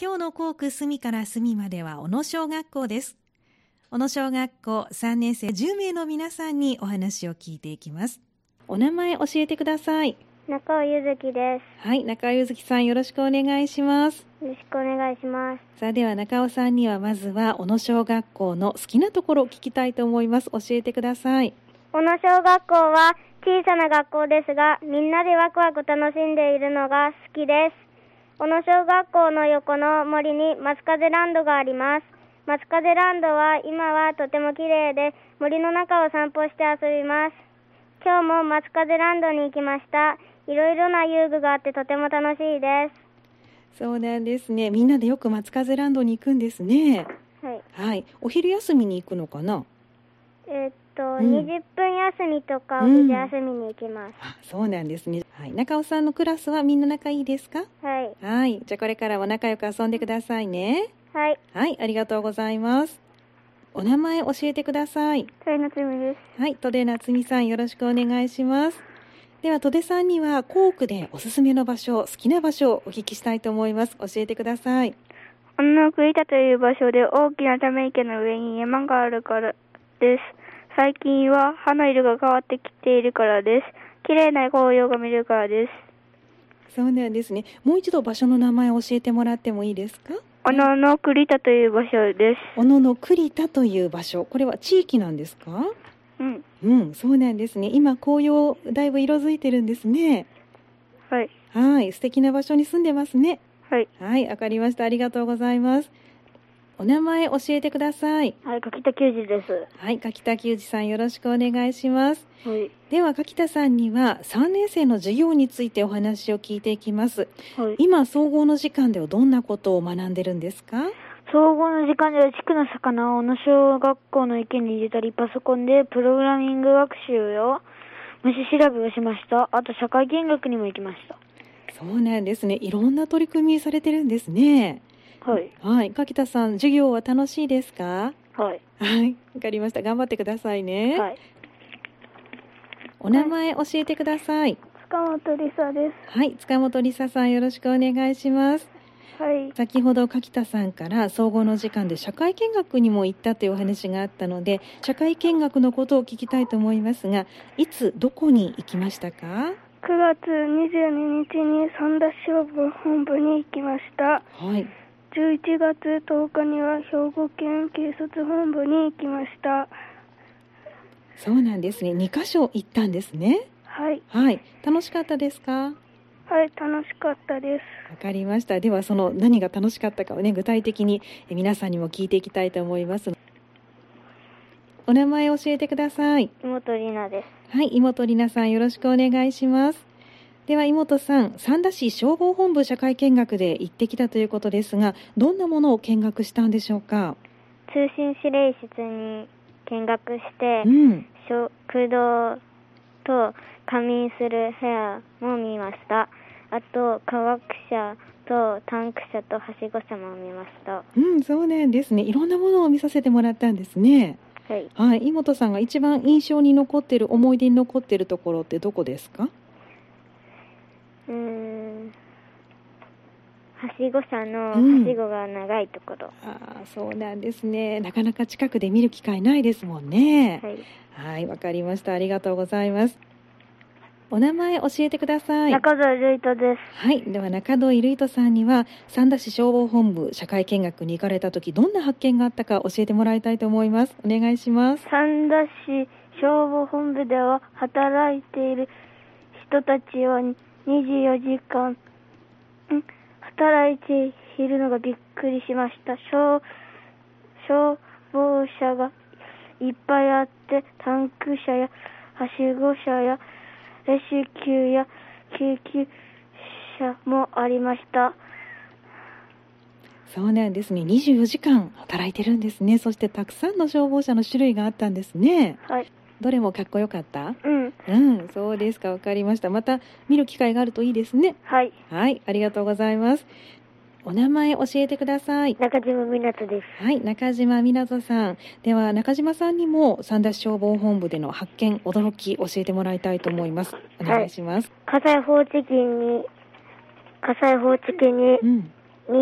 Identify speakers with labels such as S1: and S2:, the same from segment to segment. S1: 今日の校区隅から隅までは小野小学校です小野小学校3年生10名の皆さんにお話を聞いていきますお名前教えてください
S2: 中尾ゆずきで
S1: はい中尾ゆずきさんよろしくお願いします
S2: す。よろしくお願いします。
S1: さあでは中尾さんにはまずは小野小学校の好きなところを聞きたいと思います教えてください
S2: 小野小学校は小さな学校ですが、みんなでワクワク楽しんでいるのが好きです。小野小学校の横の森に松風ランドがあります。松風ランドは今はとても綺麗で、森の中を散歩して遊びます。今日も松風ランドに行きました。いろいろな遊具があってとても楽しいで
S1: そうなんですねみんなでよく松風ランドに行くんですね
S2: す。はい。
S1: はいお昼休みに行くのかな
S2: えーっと、
S1: ん
S2: 20分休みとかお昼休みに行きます。
S1: あそうなんですねはい中尾さんのクラスはみんな仲いいですか
S2: はい。
S1: はいじゃあこれからは仲良く遊んでくださいね
S2: はい。
S1: はいありがとうございますお名前教えてください
S2: それのつみです。
S1: はい、戸出夏美さんよろしくお願いします。では戸出さんには校区でおすすめの場所、好きな場所をお聞きしたいと思います。教えてください。
S2: 女の栗田という場所で大きなため池の上に山があるからです。最近は葉の色が変わってきているからです。綺麗な紅葉が見れるからです。
S1: そうなんですね。もう一度場所の名前を教えてもらってもいいですか？
S2: 小野の栗田という場所で
S1: 小野の栗田という場所、これは地域なんですか？
S2: す。うん。
S1: うん、そうなんですね。今紅葉だいぶ色づいてるんですね。
S2: はい。
S1: はい、素敵な場所に住んでますね。
S2: はい。
S1: はい、わかりました。ありがとうございます。お名前教えてください。
S2: はい、柿田球児です。
S1: はい、柿田久司さんよろしくお願いします。
S2: はい。
S1: では柿田さんには3年生の授業についてお話を聞いていきます
S2: はい。
S1: 今総合の時間ではどんなことを学んでるんですか
S2: 総合の時間では地区の魚を小野小学校の池に入れたり、パソコンでプログラミング学習や虫調べをしました。あと社会見学にも行きました。
S1: そうなんですねいろんな取り組みされてるんですね
S2: はい。
S1: はい柿田さん授業は楽しいですか
S2: はい。
S1: はいわかりました頑張ってくださいね、
S2: はい。
S1: お名前教えてください
S2: 塚本理沙で
S1: はい塚本梨沙さんよろしくお願いします
S2: す。はい。
S1: 先ほど柿田さんから総合の時間で社会見学にも行ったというお話があったので社会見学のことを聞きたいと思いますがいつどこに行きましたか
S2: 9月22日に三田市消防本部に行きました。
S1: はい
S2: 11月10日には兵庫県警察本部に行きました。
S1: そうなんですね2箇所行ったんですね
S2: はい。
S1: はい楽しかったですかわ
S2: はい、楽しかったです。
S1: かりましたではその何が楽しかったかをね具体的にえ皆さんにも聞いていきたいと思いますお名前教えてください
S2: 妹里奈です。
S1: はい、妹里奈さんよろしくお願いします。では妹さん、三田市消防本部社会見学で行ってきたということですが、どんなものを見学したんでしょうか。
S2: 通信指令室に見学して
S1: うん、
S2: 食堂と仮眠する部屋も見ましたあと科学者とタンク車とはしご車も見ましたは
S1: うん、そうなんですね。いろんなものを見させてもらったんですね。
S2: い
S1: はい、妹さんが一番印象に残っている思い出に残っているところってどこですか。
S2: うーんはしご車のは
S1: うん
S2: しごが長いところ、
S1: ああ、そうなんですね。なかなか近くで見る機会ないですもんね。
S2: はい
S1: はい、わかりました。ありがとうございます。お名前教えてください。
S2: 中澤瑠衣とです
S1: はい、では中堂イルイトさんには三田市消防本部社会見学に行かれた時どんな発見があったか教えてもらいたいと思いますお願いします
S2: 三田市消防本部では働いている人たちは24時間ん働いているのがびっくりしました消消防車がいっぱいあってタンク車やはしご車やレスキューや救急車もありました
S1: そうなんですね24時間働いてるんですねそしてたくさんの消防車の種類があったんですね
S2: はい
S1: どれもかっこよかった
S2: うん
S1: うん、そうですかわかりましたまた見る機会があるといいですね
S2: はい
S1: はい、ありがとうございますお名前教えてください
S2: 中島みなとです
S1: はい、中島みなとさん。では、中島さんにも三田市消防本部での発見、驚き、教えてもらいたいと思います。お願いします。
S2: 火災報知器に火災報知器に
S1: うん、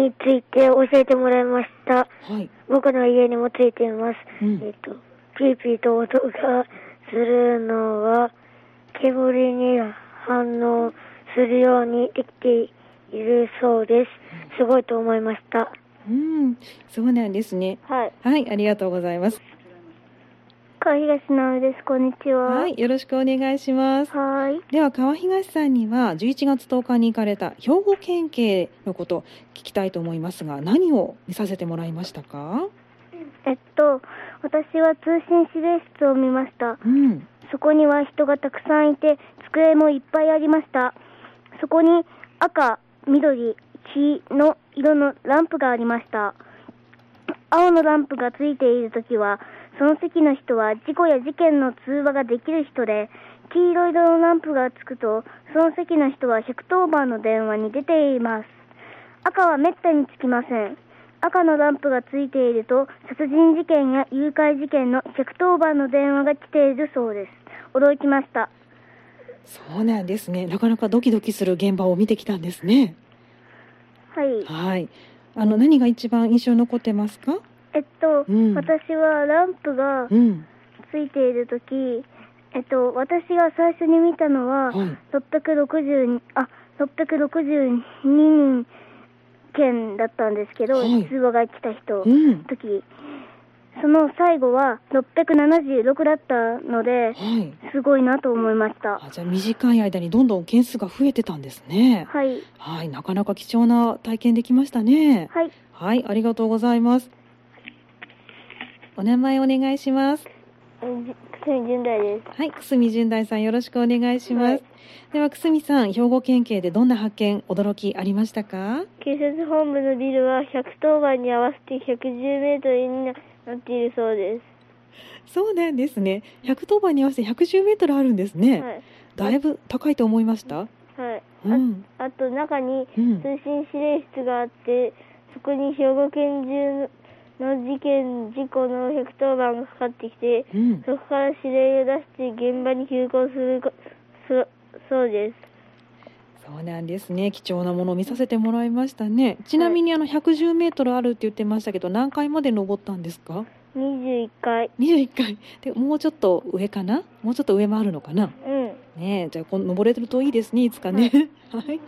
S2: について教えてもらいました。
S1: はい。
S2: 僕の家にもついています。
S1: うん
S2: えっと、ピーピーと音がするのは、煙に反応するようにできているそうです。すごいと思いました。
S1: うん、そうなんですね。
S2: はい。
S1: はい、ありがとうございます。
S2: 川東直です。こんにちは。
S1: はい、よろしくお願いします。
S2: はい。
S1: では川東さんには11月10日に行かれた兵庫県警のこと聞きたいと思いますが何を見させてもらいましたか
S2: えっと、私は通信指令室を見ました。
S1: うん
S2: そこには人がたくさんいて、机もいっぱいありました。そこに赤、緑、黄の色のランプがありました。青のランプがついているときは、その席の人は事故や事件の通話ができる人で、黄色い色のランプがつくと、その席の人は110番の電話に出ています。赤はめったにつきません。赤のランプがついていると、殺人事件や誘拐事件の110番の電話が来ているそうです。驚きました。
S1: そうなんですねなかなかドキドキする現場を見てきたんですね
S2: はい。
S1: はいあの何が一番印象に残ってますか
S2: えっと、
S1: うん
S2: 私はランプが
S1: うん
S2: ついているとき、えっと、私が最初に見たのは、
S1: はい
S2: 662あ662人件だったんですけど、
S1: はい
S2: 通話が来た人、
S1: うん
S2: 時その最後は676だったの
S1: は
S2: で
S1: い
S2: すごいなと思いました
S1: あじゃあ短い間にどんどん件数が増えてたんですね
S2: はい
S1: はいなかなか貴重な体験できましたね
S2: はい
S1: はいありがとうございますお名前お願いします
S2: 久純大で
S1: はい、久住純大さんよろしくお願いします。
S2: はい
S1: では久住さん、兵庫県警でどんな発見、驚きありましたか？
S2: 警察本部のビルは110番に合わせて110メートルになっているそうで
S1: そうなんですね。110番に合わせて110メートルあるんですね。
S2: すは
S1: だ
S2: い
S1: いぶ高いと思いました。
S2: はい、
S1: うん、
S2: ああと中に
S1: うん
S2: 通、信指令室があってそこに兵庫県中の事件事故の110番がかかってきて
S1: うん。
S2: そこから指令を出して現場に急行するこそそうです
S1: そうなんですね。貴重なものを見させてもらいましたね。ちなみにあの110メートルあるって言ってましたけど、何回まで登ったんですか？
S2: 21回
S1: 21回。で、もうちょっと上かな？もうちょっと上もあるのかな？
S2: うん
S1: ねえ、じゃあこの登れてるといいですね、いつかね。はい、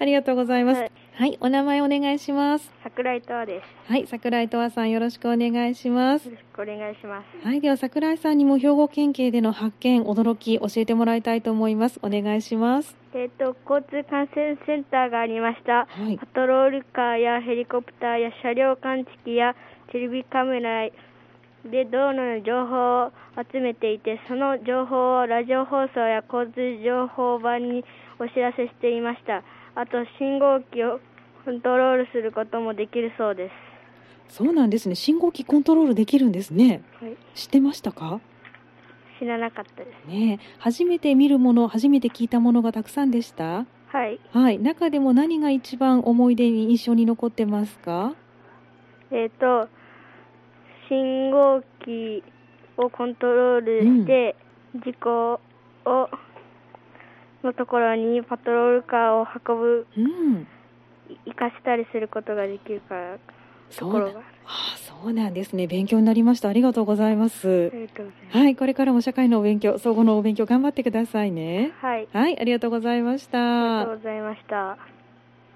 S1: ありがとうございます。は
S2: はいい、
S1: お名前お願いします。
S2: 桜井とわです
S1: はい、桜井とわさんよろしくお願いします。
S2: ろしくお願いします
S1: はい、では桜井さんにも兵庫県警での発見、驚き教えてもらいたいと思います。お願いします。
S2: えっ、と交通管制センターがありました
S1: はい
S2: パ、トロールカーやヘリコプターや車両感知器やテレビカメラで道路の情報を集めていてその情報をラジオ放送や交通情報板にお知らせしていましたあと信号機をコントロールすることもできるそうで
S1: そうなんですね。信号機コントロールできるんですね。
S2: す、はい、
S1: 知ってましたか？
S2: 知らなかったです
S1: ねえ、初めて見るもの、初めて聞いたものがたくさんでした。
S2: はい
S1: はい、中でも何が一番思い出に印象に残ってますか？
S2: えっ、と信号機をコントロールして、事故をのところにパトロールカーを運ぶ
S1: うん。
S2: い行かせたりすることができるからと
S1: そう
S2: こ
S1: な
S2: ろがあ
S1: ああそうなんですね勉強になりましたありがとうございます
S2: りがとうございます
S1: はいこれからも社会のお勉強総合のお勉強頑張ってくださいね
S2: はい
S1: はいありがとうございました
S2: ありがとうございました